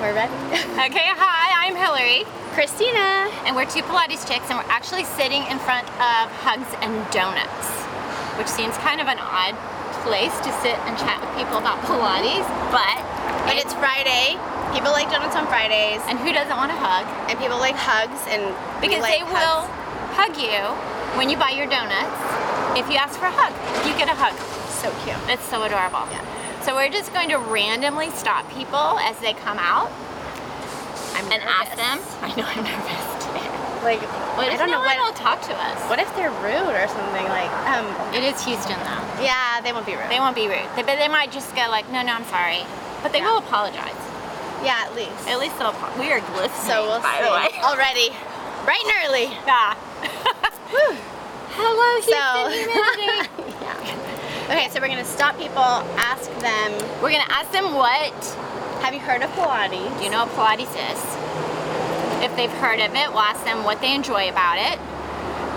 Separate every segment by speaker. Speaker 1: We're ready.
Speaker 2: Okay, hi, I'm Hillary,
Speaker 1: Christina.
Speaker 2: and we're two Pilates chicks, and we're actually sitting in front of Hugs and Donuts, which seems kind of an odd place to sit and chat with people about Pilates, but,
Speaker 1: But it's Friday. People like donuts on Fridays,
Speaker 2: and who doesn't want to hug?
Speaker 1: and people like hugs, and we
Speaker 2: Because
Speaker 1: like
Speaker 2: they will
Speaker 1: hugs.
Speaker 2: hug you when you buy your donuts. If you ask for a hug, you get a hug.
Speaker 1: So cute.
Speaker 2: It's so adorable.
Speaker 1: Yeah.
Speaker 2: So we're just going to randomly stop people as they come out
Speaker 1: I'm
Speaker 2: and ask them. I know I'm nervous. Today.
Speaker 1: Like,
Speaker 2: What
Speaker 1: I
Speaker 2: if
Speaker 1: don't
Speaker 2: no
Speaker 1: know
Speaker 2: one
Speaker 1: what.
Speaker 2: will talk to us?
Speaker 1: What if they're rude or something? Like, um,
Speaker 2: It is Houston though.
Speaker 1: yeah, they won't be rude.
Speaker 2: They won't be rude. They, but they might just go like, no, no, I'm sorry. But they
Speaker 1: Yeah.
Speaker 2: will apologize.
Speaker 1: yeah, at least.
Speaker 2: At least they'll. Apo- we are glyphs.
Speaker 1: so we'll
Speaker 2: by
Speaker 1: see.
Speaker 2: the way.
Speaker 1: Already, bright and early.
Speaker 2: Yeah. Hello, Houston.
Speaker 1: So. yeah. Okay, so we're gonna stop people, ask them,
Speaker 2: We're gonna ask them what
Speaker 1: have you heard of Pilates?
Speaker 2: do you know what Pilates is? If they've heard of it, we'll ask them what they enjoy about it.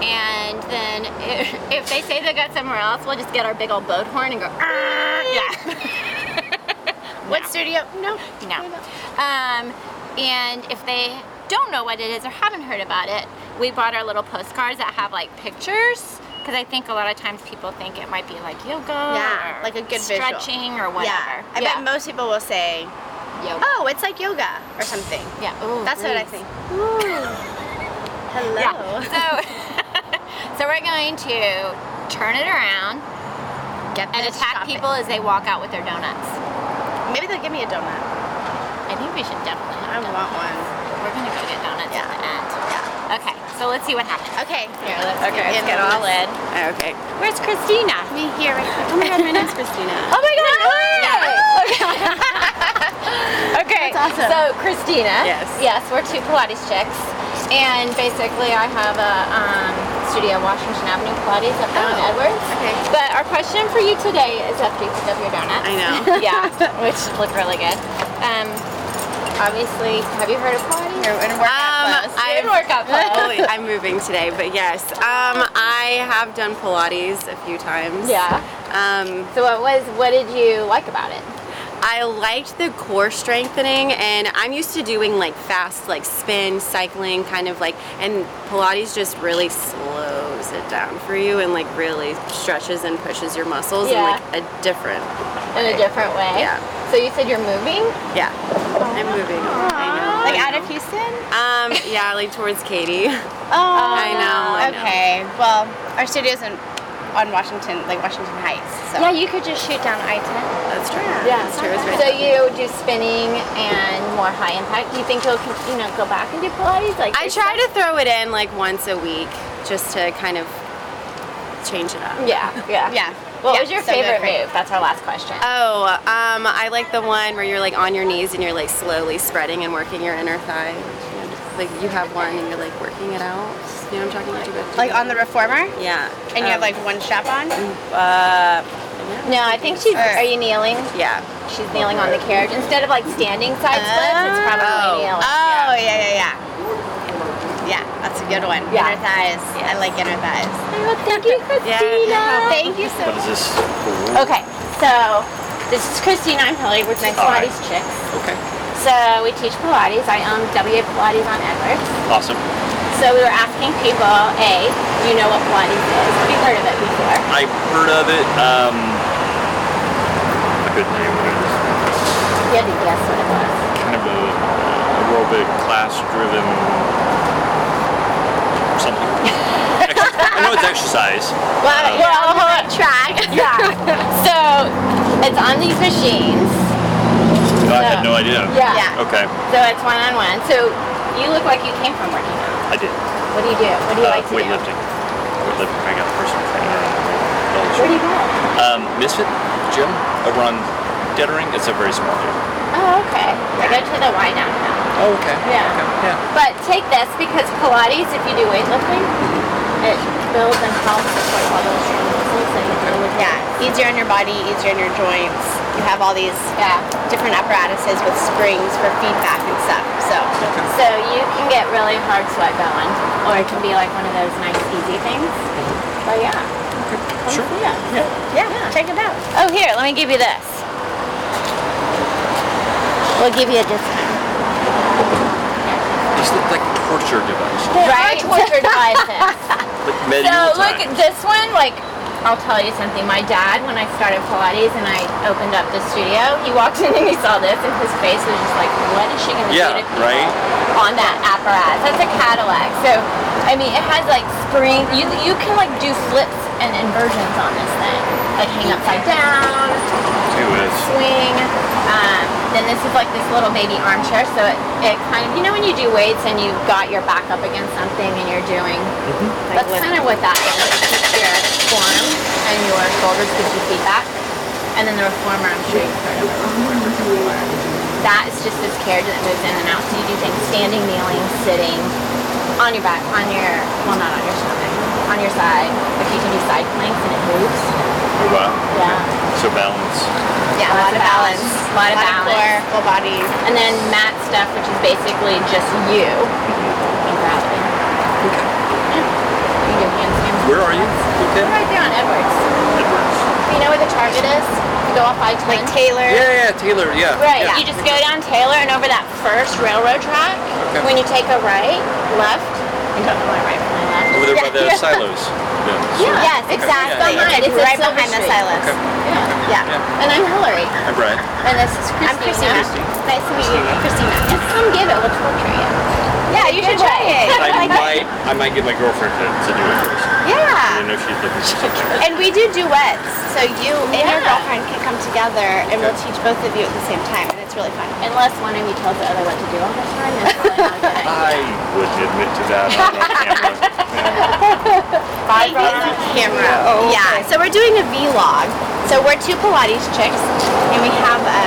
Speaker 2: And then i- if they say they got somewhere else, we'll just get our big old boat horn and go. "Arr!" Yeah.
Speaker 1: What studio? No.
Speaker 2: No.
Speaker 1: we don't.
Speaker 2: Um, and if they don't know what it is or haven't heard about it, we bought our little postcards that have like pictures because I think a lot of times people think it might be like yoga,
Speaker 1: Yeah,
Speaker 2: or
Speaker 1: like a good visual.
Speaker 2: stretching or whatever.
Speaker 1: Yeah. I
Speaker 2: yeah.
Speaker 1: bet most people will say,
Speaker 2: yoga.
Speaker 1: "Oh, it's like yoga or something."
Speaker 2: yeah, Ooh,
Speaker 1: That's what I
Speaker 2: breathe.
Speaker 1: think. Oh. Hello.
Speaker 2: Yeah. So, so we're going to turn it around
Speaker 1: Get
Speaker 2: and
Speaker 1: this
Speaker 2: attack
Speaker 1: shopping.
Speaker 2: people as they walk out with their donuts.
Speaker 1: Maybe they'll give me a donut.
Speaker 2: I think we should definitely.
Speaker 1: I
Speaker 2: Have donuts.
Speaker 1: want one.
Speaker 2: We're gonna go get donuts
Speaker 1: Yeah.
Speaker 2: at
Speaker 1: Yeah.
Speaker 2: the end. Okay, so let's see what happens.
Speaker 1: Okay.
Speaker 2: Here, let's get in with this.
Speaker 3: Uh,
Speaker 1: Okay.
Speaker 2: Where's Christina?
Speaker 1: Me here. Right here. Oh my God, my name's Christina.
Speaker 2: Oh my god! Okay.
Speaker 1: That's awesome.
Speaker 2: So Christina.
Speaker 3: Yes.
Speaker 2: Yes, we're two Pilates chicks. And basically I have a um, studio Washington Avenue Pilates up there in
Speaker 1: Oh,
Speaker 2: Edwards.
Speaker 1: okay.
Speaker 2: But our question for you today is after you pick up your donuts.
Speaker 3: I know.
Speaker 2: yeah, which look really good. Um, obviously, have you heard of Pilates?
Speaker 1: You're in a workout
Speaker 3: Um,
Speaker 1: clothes.
Speaker 3: I've-
Speaker 2: Good workout
Speaker 3: Oh,
Speaker 2: clothes.
Speaker 3: I'm moving today, but yes. Um, I have done Pilates a few times.
Speaker 2: Yeah.
Speaker 3: Um,
Speaker 2: so what was what did you like about it?
Speaker 3: I liked the core strengthening, and I'm used to doing like fast, like spin, cycling, kind of like, and Pilates just really slows it down for you and like really stretches and pushes your muscles
Speaker 2: Yeah.
Speaker 3: in like a different,
Speaker 2: In a different way.
Speaker 3: Yeah.
Speaker 2: So you said you're moving?
Speaker 3: yeah. I'm moving. I know.
Speaker 1: like
Speaker 3: I
Speaker 1: out
Speaker 3: know.
Speaker 1: of Houston.
Speaker 3: Um, yeah, like towards Katie.
Speaker 1: Oh.
Speaker 3: I know. I know.
Speaker 1: Okay. Well, our studio's in on Washington, like Washington Heights. So.
Speaker 2: Yeah, you could just shoot down I-10.
Speaker 3: That's true. That's true. It's right
Speaker 2: So you do spinning and more high impact. Do you think you'll con- you know go back and do Pilates? Like
Speaker 3: I
Speaker 2: this
Speaker 3: try
Speaker 2: stuff?
Speaker 3: to throw it in like once a week just to kind of change it up.
Speaker 2: Yeah, yeah,
Speaker 1: Yeah.
Speaker 2: What
Speaker 1: Yeah,
Speaker 2: was your
Speaker 1: so good
Speaker 2: favorite
Speaker 1: for you.
Speaker 2: move? That's our last question.
Speaker 3: Oh, um, I like the one where you're like on your knees and you're like slowly spreading and working your inner thigh. You know, just, Like you have one and you're like working it out. You know what I'm talking about? Do you have to-
Speaker 1: Like on the reformer,
Speaker 3: Yeah.
Speaker 1: and you have like one strap on.
Speaker 3: Uh,
Speaker 2: no, I think she's.
Speaker 1: Alright.
Speaker 2: Are you kneeling?
Speaker 3: yeah.
Speaker 2: She's kneeling on the carriage instead of like standing side splits. It's probably
Speaker 3: Oh.
Speaker 2: kneeling.
Speaker 1: Oh yeah, yeah, yeah. Yeah, that's a good one.
Speaker 2: Yeah.
Speaker 1: Inner thighs. I like inner thighs.
Speaker 2: Well, Oh, thank you, Christina.
Speaker 1: Thank you so
Speaker 4: What
Speaker 1: much.
Speaker 4: is this? for?
Speaker 2: Okay, so this is Christina. I'm Hillary. We're two
Speaker 4: Alright.
Speaker 2: Pilates chicks.
Speaker 4: Okay.
Speaker 2: So we teach Pilates. I own WA Pilates on Edwards.
Speaker 4: Awesome.
Speaker 2: So we were asking people, A, do you know what Pilates is? Have you heard of it before?
Speaker 4: I've heard of it. Um, I couldn't name what it is.
Speaker 2: You had to guess what it was.
Speaker 4: Kind of a aerobic class-driven something. Exercise. I know it's exercise.
Speaker 2: Well, you're on the right track. Yeah. so it's on these machines.
Speaker 4: No, I had
Speaker 2: Yeah.
Speaker 4: no idea.
Speaker 2: Yeah.
Speaker 4: Okay,
Speaker 2: So it's one on one. So you look like you came from working out.
Speaker 4: I did.
Speaker 2: What do you do? What do you
Speaker 4: Uh,
Speaker 2: like to do?
Speaker 4: weightlifting. Weightlifting. I got a personal
Speaker 2: Where do
Speaker 4: trainer.
Speaker 2: you go?
Speaker 4: Um, Misfit Gym over on Dettering. It's a very small gym.
Speaker 2: Oh, okay. I go to the Y downtown.
Speaker 4: Oh, okay.
Speaker 2: Yeah.
Speaker 4: Yeah.
Speaker 2: But take this because Pilates, if you do weightlifting, it builds and helps support all those strong muscles that you deal with.
Speaker 1: Yeah, easier on your body, easier on your joints. You have all these
Speaker 2: Yeah.
Speaker 1: different apparatuses with springs for feedback and stuff. So
Speaker 2: So you can get really hard sweat going, or it can be like one of those nice easy things. But yeah. Come
Speaker 4: Sure.
Speaker 2: see us.
Speaker 1: yeah, check it out.
Speaker 2: Oh, here, let me give you this. We'll give you a discount.
Speaker 4: These look like torture devices.
Speaker 2: Right? Torture devices.
Speaker 4: Like
Speaker 2: So
Speaker 4: medieval
Speaker 2: look at
Speaker 4: times.
Speaker 2: this one. Like, I'll tell you something. My dad, when I started Pilates and I opened up the studio, he walked in and he saw this, and his face was just like, "What is she going to
Speaker 4: Yeah,
Speaker 2: do to people
Speaker 4: right?
Speaker 2: on that apparatus?" That's a Cadillac. So, I mean, it has like spring. You you can like do flips and inversions on this thing, like hang upside down,
Speaker 4: Dude, it's-
Speaker 2: swing. Um, then this is like this little baby armchair, so it, it kind of you know when you do weights and you got your back up against something and you're doing
Speaker 3: Like
Speaker 2: that's
Speaker 3: lift-
Speaker 2: kind of what that is. It keeps your form and your shoulders gives you feedback. And then the reformer, I'm sure you've heard of the reformer before. That is just this carriage that moves in and out. So you do things standing, kneeling, sitting, on your back, on your, well, not on your stomach, on your side. If you can do side planks and it moves.
Speaker 4: oh, wow.
Speaker 2: Yeah.
Speaker 4: So balance.
Speaker 2: Yeah, a lot of balance. A lot of balance.
Speaker 1: core, full body.
Speaker 2: And then mat stuff, which is basically just you and gravity. You do handstands.
Speaker 4: Where are you?
Speaker 2: We're
Speaker 4: Okay.
Speaker 2: right there on Edwards.
Speaker 4: Edwards.
Speaker 2: You know where the target is? You go off I-10.
Speaker 1: Like Taylor.
Speaker 4: Yeah, yeah, Taylor. Yeah.
Speaker 2: Right.
Speaker 4: Yeah.
Speaker 2: You just go down Taylor and over that first railroad track.
Speaker 4: Okay.
Speaker 2: When you take a right, left, you don't know my right from my left.
Speaker 4: Over there by the
Speaker 1: Yeah.
Speaker 4: silos. Yeah.
Speaker 2: Yeah.
Speaker 1: Yes,
Speaker 4: Okay.
Speaker 1: exactly.
Speaker 4: Yeah, yeah.
Speaker 1: It's
Speaker 2: It's
Speaker 1: right
Speaker 2: at
Speaker 1: behind the
Speaker 2: Silver Street.
Speaker 1: silos.
Speaker 2: Yeah.
Speaker 1: Yeah.
Speaker 4: Yeah.
Speaker 2: And I'm Hillary.
Speaker 4: Hi, Brian.
Speaker 2: And this is Christina.
Speaker 1: I'm Christina.
Speaker 2: Nice to meet you. Christina. Just come give it. We'll torture you.
Speaker 1: Yeah, you should try it.
Speaker 4: I might, I might get my girlfriend to, to do it first. I don't
Speaker 1: Yeah.
Speaker 4: know if she's looking for something.
Speaker 1: And we do duets, so you and your
Speaker 2: Yeah.
Speaker 1: girlfriend can come together and we'll
Speaker 4: Okay.
Speaker 1: teach both of you at the same time, and it's really fun.
Speaker 2: Unless one of you tells the other what to do all the time, that's probably not a good. idea.
Speaker 4: I wouldn't admit to that on camera.
Speaker 1: I brought on camera. Oh, yeah. So we're doing a vlog. So we're two Pilates chicks, and we have a,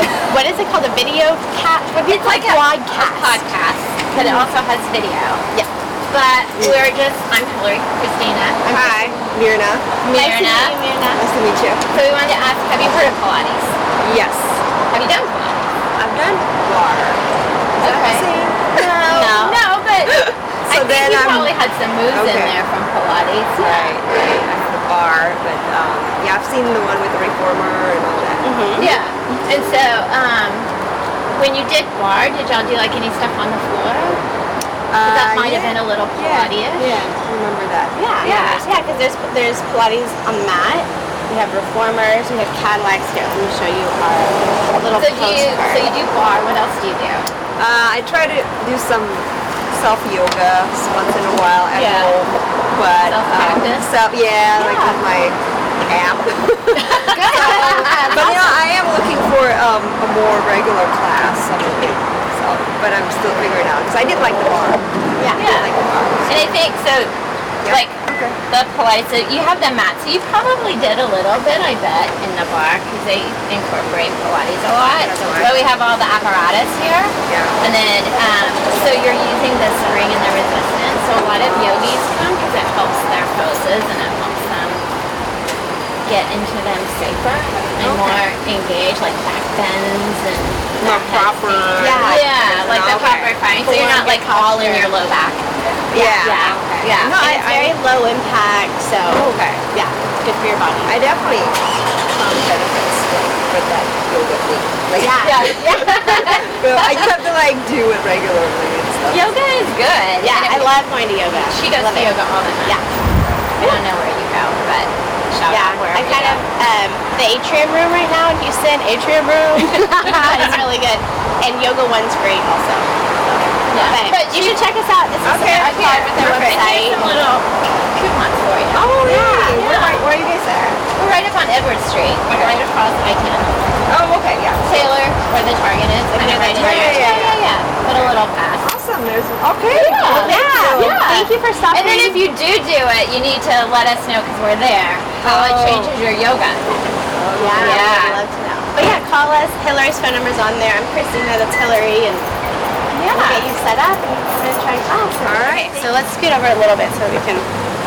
Speaker 1: a what is it called? A video cat? What do you-
Speaker 2: It's like a podcast. Podcast, but it also has video.
Speaker 1: Yeah.
Speaker 2: But we're just. I'm Hillary. Christina.
Speaker 1: Hi, Mirna.
Speaker 2: Mirna.
Speaker 1: Nice to meet you.
Speaker 2: So we wanted to ask, have you heard of Pilates?
Speaker 1: Yes.
Speaker 2: Have you done Pilates?
Speaker 1: I've done water.
Speaker 2: Okay. No. No, but I
Speaker 5: So
Speaker 2: think
Speaker 5: then
Speaker 2: you
Speaker 5: I'm-
Speaker 2: probably had some moves in
Speaker 5: Okay.
Speaker 2: there from Pilates.
Speaker 5: Right, right. I have the bar, but um, yeah, I've seen the one with the reformer and all that.
Speaker 2: Yeah. And so, um, when you did bar, did y'all do like any stuff on the floor? 'Cause that
Speaker 5: Uh,
Speaker 2: might have
Speaker 5: yeah.
Speaker 2: been a little
Speaker 5: Yeah,
Speaker 2: Pilates.
Speaker 5: yeah, I remember that.
Speaker 1: Yeah, yeah, yeah. Because there's there's Pilates on the mat. We have reformers. We have Cadillacs here. Let me show you our little
Speaker 2: So do you?
Speaker 1: postcard.
Speaker 2: So you do bar. What else do you do?
Speaker 5: Uh, I try to do some self yoga once in a while at
Speaker 2: Yeah.
Speaker 5: home, but um,
Speaker 2: Self-practice?
Speaker 5: so yeah, like
Speaker 2: Yeah.
Speaker 5: with my app.
Speaker 2: Good.
Speaker 5: but you know, I am looking for um, a more regular class. I mean, so, but I'm still figuring out because I did like the bar. I
Speaker 1: yeah.
Speaker 5: did like the bar.
Speaker 2: And I think so.
Speaker 5: Yeah.
Speaker 2: Like
Speaker 5: Okay.
Speaker 2: the Pilates, so you have the mat, so you probably did a little bit, I bet, in the bar because they incorporate Pilates a lot.
Speaker 5: That's why.
Speaker 2: But we have all the apparatus here,
Speaker 5: Yeah.
Speaker 2: and then um, so you're using the spring and the resistance. So a lot of yogis come because it helps their poses and it helps them get into them safer and
Speaker 5: Okay.
Speaker 2: more engaged, like back bends and
Speaker 5: More
Speaker 2: back
Speaker 5: proper.
Speaker 2: handstands.
Speaker 1: Yeah.
Speaker 2: yeah, like the
Speaker 5: Okay.
Speaker 2: proper firing. So you're not like all in your low back.
Speaker 5: Yeah.
Speaker 2: Yeah.
Speaker 5: Okay.
Speaker 2: Yeah.
Speaker 1: No,
Speaker 5: I-
Speaker 1: it's very low impact, so
Speaker 5: Okay.
Speaker 1: yeah, good for your body.
Speaker 5: I definitely found benefits from with that yoga thing. Like,
Speaker 2: Yeah. yeah.
Speaker 5: Well, I just have to like do it regularly and stuff.
Speaker 2: Yoga is good.
Speaker 1: Yeah,
Speaker 2: And
Speaker 1: I
Speaker 2: it-
Speaker 1: love going to yoga.
Speaker 2: She goes
Speaker 1: Love
Speaker 2: to
Speaker 1: it.
Speaker 2: yoga all the time.
Speaker 1: Yeah.
Speaker 2: I don't know where you go, but shout
Speaker 1: Yeah,
Speaker 2: out wherever
Speaker 1: I
Speaker 2: you
Speaker 1: kind
Speaker 2: go.
Speaker 1: of um, the atrium room right now in Houston. Atrium room is really good, and yoga one's great also.
Speaker 2: Yeah.
Speaker 1: But, you should check us out. This is
Speaker 5: Okay,
Speaker 1: our
Speaker 5: okay,
Speaker 1: blog with our
Speaker 5: perfect.
Speaker 1: website.
Speaker 2: Here's some little coupons for you.
Speaker 5: Oh, yeah.
Speaker 1: Where, are, where are you guys at?
Speaker 2: Oh, We're right up on Edward Street. We're right across I-10.
Speaker 5: Oh, okay, yeah.
Speaker 2: Taylor, where the Target is. Like
Speaker 1: near the
Speaker 2: right in
Speaker 1: Target.
Speaker 2: there.
Speaker 5: Yeah,
Speaker 2: yeah, yeah. yeah. But a little fast.
Speaker 5: Awesome. There's okay. well, thank
Speaker 1: Yeah.
Speaker 5: you.
Speaker 2: Yeah.
Speaker 1: Thank you for stopping.
Speaker 2: And then if you do do it, you need to let us know because we're there. How it
Speaker 5: Oh.
Speaker 2: changes your yoga.
Speaker 1: yeah,
Speaker 2: Yeah.
Speaker 1: I'd love to know. But yeah, call us. Hillary's phone number's on there. I'm Christina. That's Hillary, and we'll get you set up. And we're gonna try class.
Speaker 5: All right.
Speaker 1: So let's scoot over a little bit so we can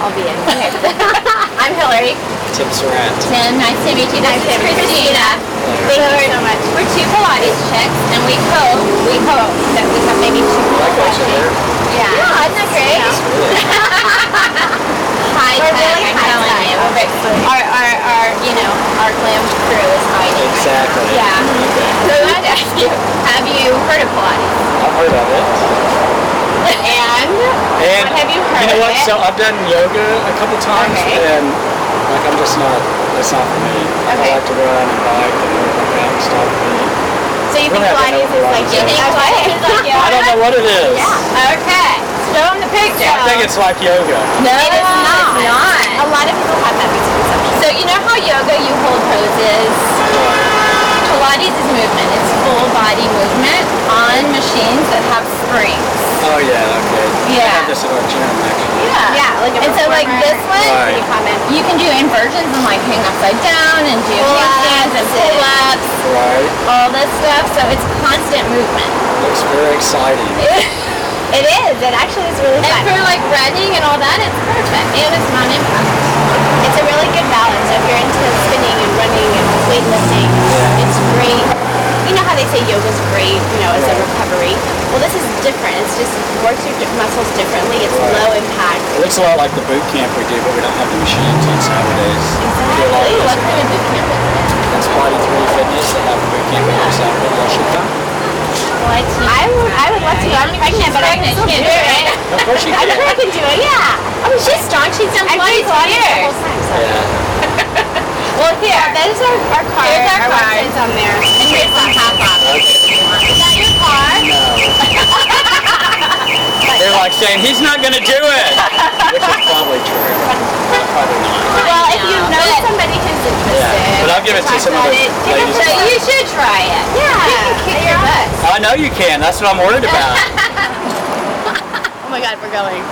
Speaker 1: all be in. Okay.
Speaker 2: I'm Hillary.
Speaker 6: Tim Surratt.
Speaker 2: Tim, nice to meet you. This is Christina.
Speaker 1: Thank you so much.
Speaker 2: We're two Pilates chicks, and we hope, we hope that we have maybe two more questions. Yeah. Yeah, isn't that great? high
Speaker 1: We're
Speaker 2: tech,
Speaker 1: really
Speaker 2: I'm
Speaker 1: high
Speaker 2: telling
Speaker 1: tech.
Speaker 2: you. Our, our, our, you know, our glam crew is high tech.
Speaker 6: Exactly.
Speaker 2: Yeah. So we wanted to ask you, have you heard of Pilates?
Speaker 4: I've heard of it.
Speaker 2: And
Speaker 4: And
Speaker 2: have you heard
Speaker 4: you know
Speaker 2: of
Speaker 4: what?
Speaker 2: it?
Speaker 4: So I've done yoga a couple times,
Speaker 2: Okay.
Speaker 4: and like I'm just not. That's not for me.
Speaker 1: Okay.
Speaker 4: I like to run and bike and everything like that. It's not for me.
Speaker 1: So you
Speaker 4: We'll
Speaker 1: think
Speaker 4: have to
Speaker 1: Pilates
Speaker 4: know
Speaker 1: is like you
Speaker 4: Pilates. You
Speaker 1: think
Speaker 4: think
Speaker 1: Pilates is like
Speaker 4: I don't know what it is.
Speaker 2: okay, show them the picture.
Speaker 4: I think it's like yoga.
Speaker 1: No,
Speaker 2: It is not.
Speaker 1: it's A lot of people have that misconception.
Speaker 2: So you know how yoga you hold poses? Pilates is movement. It's full body movement on machines that have springs.
Speaker 4: Oh yeah. Okay.
Speaker 2: Yeah.
Speaker 4: I have this at our gym actually.
Speaker 2: Yeah.
Speaker 1: Yeah, like a
Speaker 2: And so like
Speaker 1: performer.
Speaker 2: this one,
Speaker 4: Right.
Speaker 1: Pretty common.
Speaker 2: you can do inversions and like hang upside down and do handstands and
Speaker 1: Pull-ups.
Speaker 2: pull-ups,
Speaker 4: Right.
Speaker 2: all this stuff. So it's constant movement.
Speaker 4: Looks very exciting.
Speaker 1: It is. It actually is really
Speaker 2: And
Speaker 1: fun.
Speaker 2: for like running and all that, it's perfect. And it's not impact.
Speaker 1: It's a really good balance. So if you're into spinning and running and weightlifting, it's great. You know how they say yoga's great, you know, as a recovery. Well, this is different. It's just works your di- muscles differently. It's
Speaker 4: Right.
Speaker 1: low impact.
Speaker 4: It looks a lot like the boot camp we do, but we don't have the machines it's nowadays. We do a lot
Speaker 2: Ooh,
Speaker 4: of
Speaker 2: let's do a boot camp.
Speaker 4: That's Body 3 Fitness. They have a boot camp every Saturday. Y'all should come.
Speaker 1: Well, I, I would, I would love to. I'm pregnant, but I can
Speaker 2: pregnant,
Speaker 1: still do
Speaker 2: you can't do Oh,
Speaker 1: it.
Speaker 4: Of course you
Speaker 1: I
Speaker 4: can.
Speaker 1: think I can do it. Yeah. I mean, she's strong. She's done
Speaker 2: I'm
Speaker 1: Pilates
Speaker 2: pretty
Speaker 1: the
Speaker 2: clear.
Speaker 1: whole time. So.
Speaker 4: Yeah.
Speaker 2: Well, here.
Speaker 1: That is our, our card.
Speaker 2: Here's our card.
Speaker 1: website's on there.
Speaker 2: And here's some half off. Is that your car?
Speaker 4: They're like saying, he's not going to do it. Which is probably true. Probably not.
Speaker 1: Well, if you
Speaker 2: Yeah.
Speaker 1: know
Speaker 2: But-
Speaker 1: somebody who's interested,
Speaker 4: Yeah. But I'll give it to
Speaker 1: talk
Speaker 4: some of
Speaker 1: about
Speaker 4: the
Speaker 1: it, give it
Speaker 4: ladies.
Speaker 1: to
Speaker 2: So you should try it.
Speaker 1: Yeah, you can kick your butt.
Speaker 4: I know you can. That's what I'm worried about.
Speaker 1: Oh my god, we're going.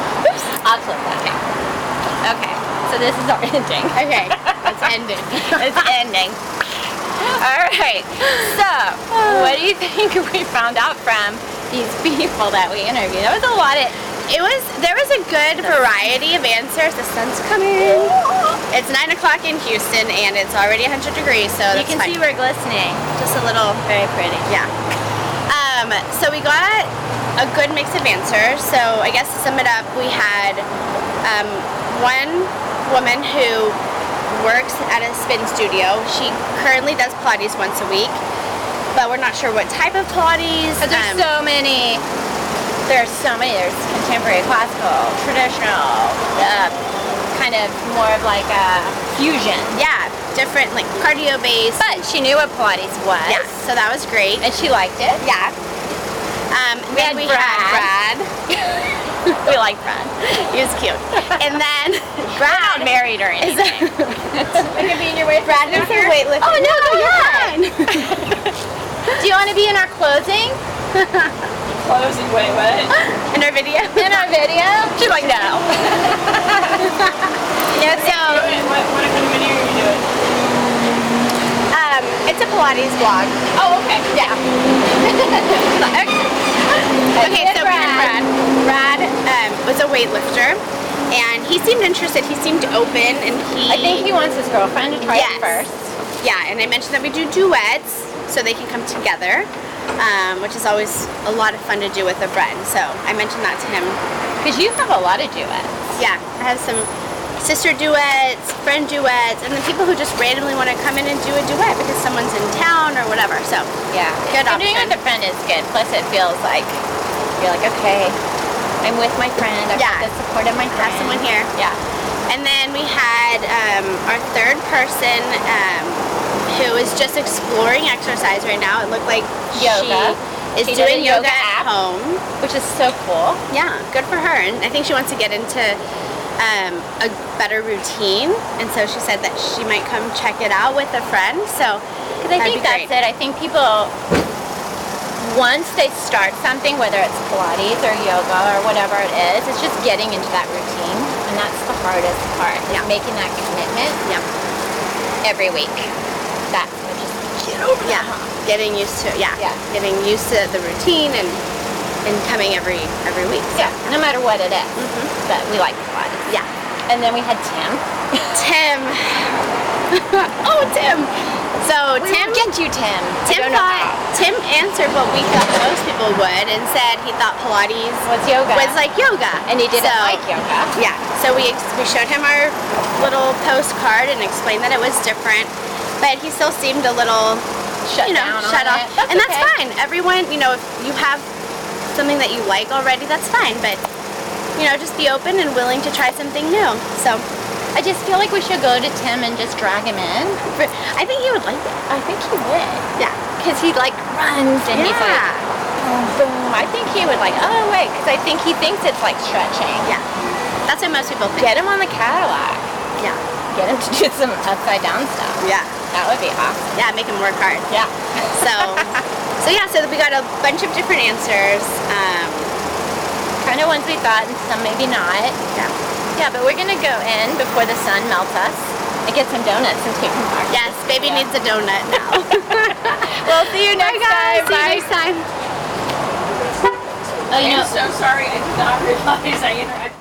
Speaker 2: I'll clip that. Okay. So this is our ending.
Speaker 1: Okay, it's ended.
Speaker 2: it's ending. All right. So, what do you think we found out from these people that we interviewed? That was a lot of.
Speaker 1: It was there was a good variety of answers. The sun's coming. It's nine o'clock in Houston, and it's already 100 degrees, so
Speaker 2: You
Speaker 1: that's
Speaker 2: can
Speaker 1: fine.
Speaker 2: see we're glistening.
Speaker 1: just a little
Speaker 2: Very pretty.
Speaker 1: Yeah. Um, so we got a good mix of answers. So I guess to sum it up, we had um, one woman who works at a spin studio. She currently does Pilates once a week, but we're not sure what type of Pilates.
Speaker 2: Because
Speaker 1: Um,
Speaker 2: there's so many. There's so many. There's contemporary, classical, traditional, uh, kind of more of like a fusion.
Speaker 1: yeah, different like cardio based.
Speaker 2: But she knew what Pilates was.
Speaker 1: yeah, so that was great.
Speaker 2: And she liked it.
Speaker 1: Yeah. Um,
Speaker 2: We
Speaker 1: then
Speaker 2: had
Speaker 1: we
Speaker 2: Brad.
Speaker 1: had Brad.
Speaker 2: We like Brad.
Speaker 1: He was cute. and then
Speaker 2: Brad not married or anything.
Speaker 1: I could be in your way. Brad is a weightlifter.
Speaker 2: Oh, no, no, you're
Speaker 1: fine.
Speaker 2: Do you want to be in our closing?
Speaker 1: In our video.
Speaker 2: In our video? She's like, no.
Speaker 1: Yeah, so. Um, it's a Pilates vlog.
Speaker 2: Oh, okay.
Speaker 1: Yeah. okay, so we had Brad. Brad um, was a weightlifter, and he seemed interested. He seemed open, and he.
Speaker 2: I think he wants his girlfriend to try
Speaker 1: Yes.
Speaker 2: it first.
Speaker 1: Yeah, and I mentioned that we do duets so they can come together, um, which is always a lot of fun to do with a friend. So I mentioned that to him.
Speaker 2: Because you have a lot of duets.
Speaker 1: Yeah, I have some sister duets, friend duets, and then people who just randomly want to come in and do a duet because someone's in town or whatever. So
Speaker 2: Yeah.
Speaker 1: Good
Speaker 2: and doing it
Speaker 1: option.
Speaker 2: with a friend is good. Plus, it feels like you're like, okay, I'm with my friend. I've
Speaker 1: Yeah.
Speaker 2: got the support of my friend.
Speaker 1: have someone here.
Speaker 2: Yeah.
Speaker 1: And then we had um, our third person um, who is just exploring exercise right now. It looked like
Speaker 2: Yoga.
Speaker 1: she is
Speaker 2: She does a
Speaker 1: doing yoga,
Speaker 2: yoga
Speaker 1: at
Speaker 2: app.
Speaker 1: home.
Speaker 2: Which is so cool.
Speaker 1: Yeah, good for her. And I think she wants to get into um, a better routine. And so she said that she might come check it out with a friend. So
Speaker 2: Because I
Speaker 1: That'd
Speaker 2: think
Speaker 1: be
Speaker 2: that's
Speaker 1: great.
Speaker 2: it. I think people, once they start something, whether it's Pilates or yoga or whatever it is, it's just getting into that routine. And that's the hardest part, is
Speaker 1: Yeah.
Speaker 2: making that commitment
Speaker 1: yeah,
Speaker 2: every week. That's what just get over
Speaker 1: yeah, getting used to yeah,
Speaker 2: Yeah.
Speaker 1: getting used to the routine and and coming every every week. So,
Speaker 2: Yeah, no matter what it is. But we like Pilates.
Speaker 1: Mm-hmm. yeah.
Speaker 2: And then we had Tim.
Speaker 1: Tim. oh, Tim. So
Speaker 2: We
Speaker 1: Tim
Speaker 2: will get you, Tim. I
Speaker 1: Tim
Speaker 2: don't know
Speaker 1: thought
Speaker 2: how.
Speaker 1: Tim answered what we thought most people would and said he thought Pilates
Speaker 2: What's yoga?
Speaker 1: was like yoga.
Speaker 2: and he didn't
Speaker 1: So-
Speaker 2: like yoga.
Speaker 1: Yeah, so we, ex- we showed him our little postcard and explained that it was different, but he still seemed a little
Speaker 2: shut
Speaker 1: you know,
Speaker 2: down
Speaker 1: shut
Speaker 2: on
Speaker 1: off.
Speaker 2: it. That's
Speaker 1: and that's
Speaker 2: okay.
Speaker 1: fine. Everyone, you know, if you have something that you like already, that's fine. But, you know, just be open and willing to try something new. So,
Speaker 2: I just feel like we should go to Tim and just drag him in.
Speaker 1: I think you would like it.
Speaker 2: I think he would.
Speaker 1: Yeah.
Speaker 2: Because he like runs and he's like,
Speaker 1: yeah.
Speaker 2: boom, boom. I think he would like, oh wait, because I think he thinks it's like stretching.
Speaker 1: Yeah. That's what most people think.
Speaker 2: Get him on the Cadillac.
Speaker 1: Yeah.
Speaker 2: Get him to do some upside down stuff.
Speaker 1: Yeah.
Speaker 2: That would be awesome.
Speaker 1: Yeah, make them work hard.
Speaker 2: Yeah.
Speaker 1: So, so yeah, so we got a bunch of different answers. Um,
Speaker 2: Kind of ones we thought and some maybe not.
Speaker 1: yeah.
Speaker 2: Yeah, but we're gonna go in before the sun melts us and get some donuts and take them back.
Speaker 1: Yes, baby
Speaker 2: Yeah.
Speaker 1: needs a donut now.
Speaker 2: We'll see you next time.
Speaker 1: See you
Speaker 2: Bye.
Speaker 1: next time.
Speaker 2: Oh, you know,
Speaker 6: I'm so sorry. I did not realize I interrupted.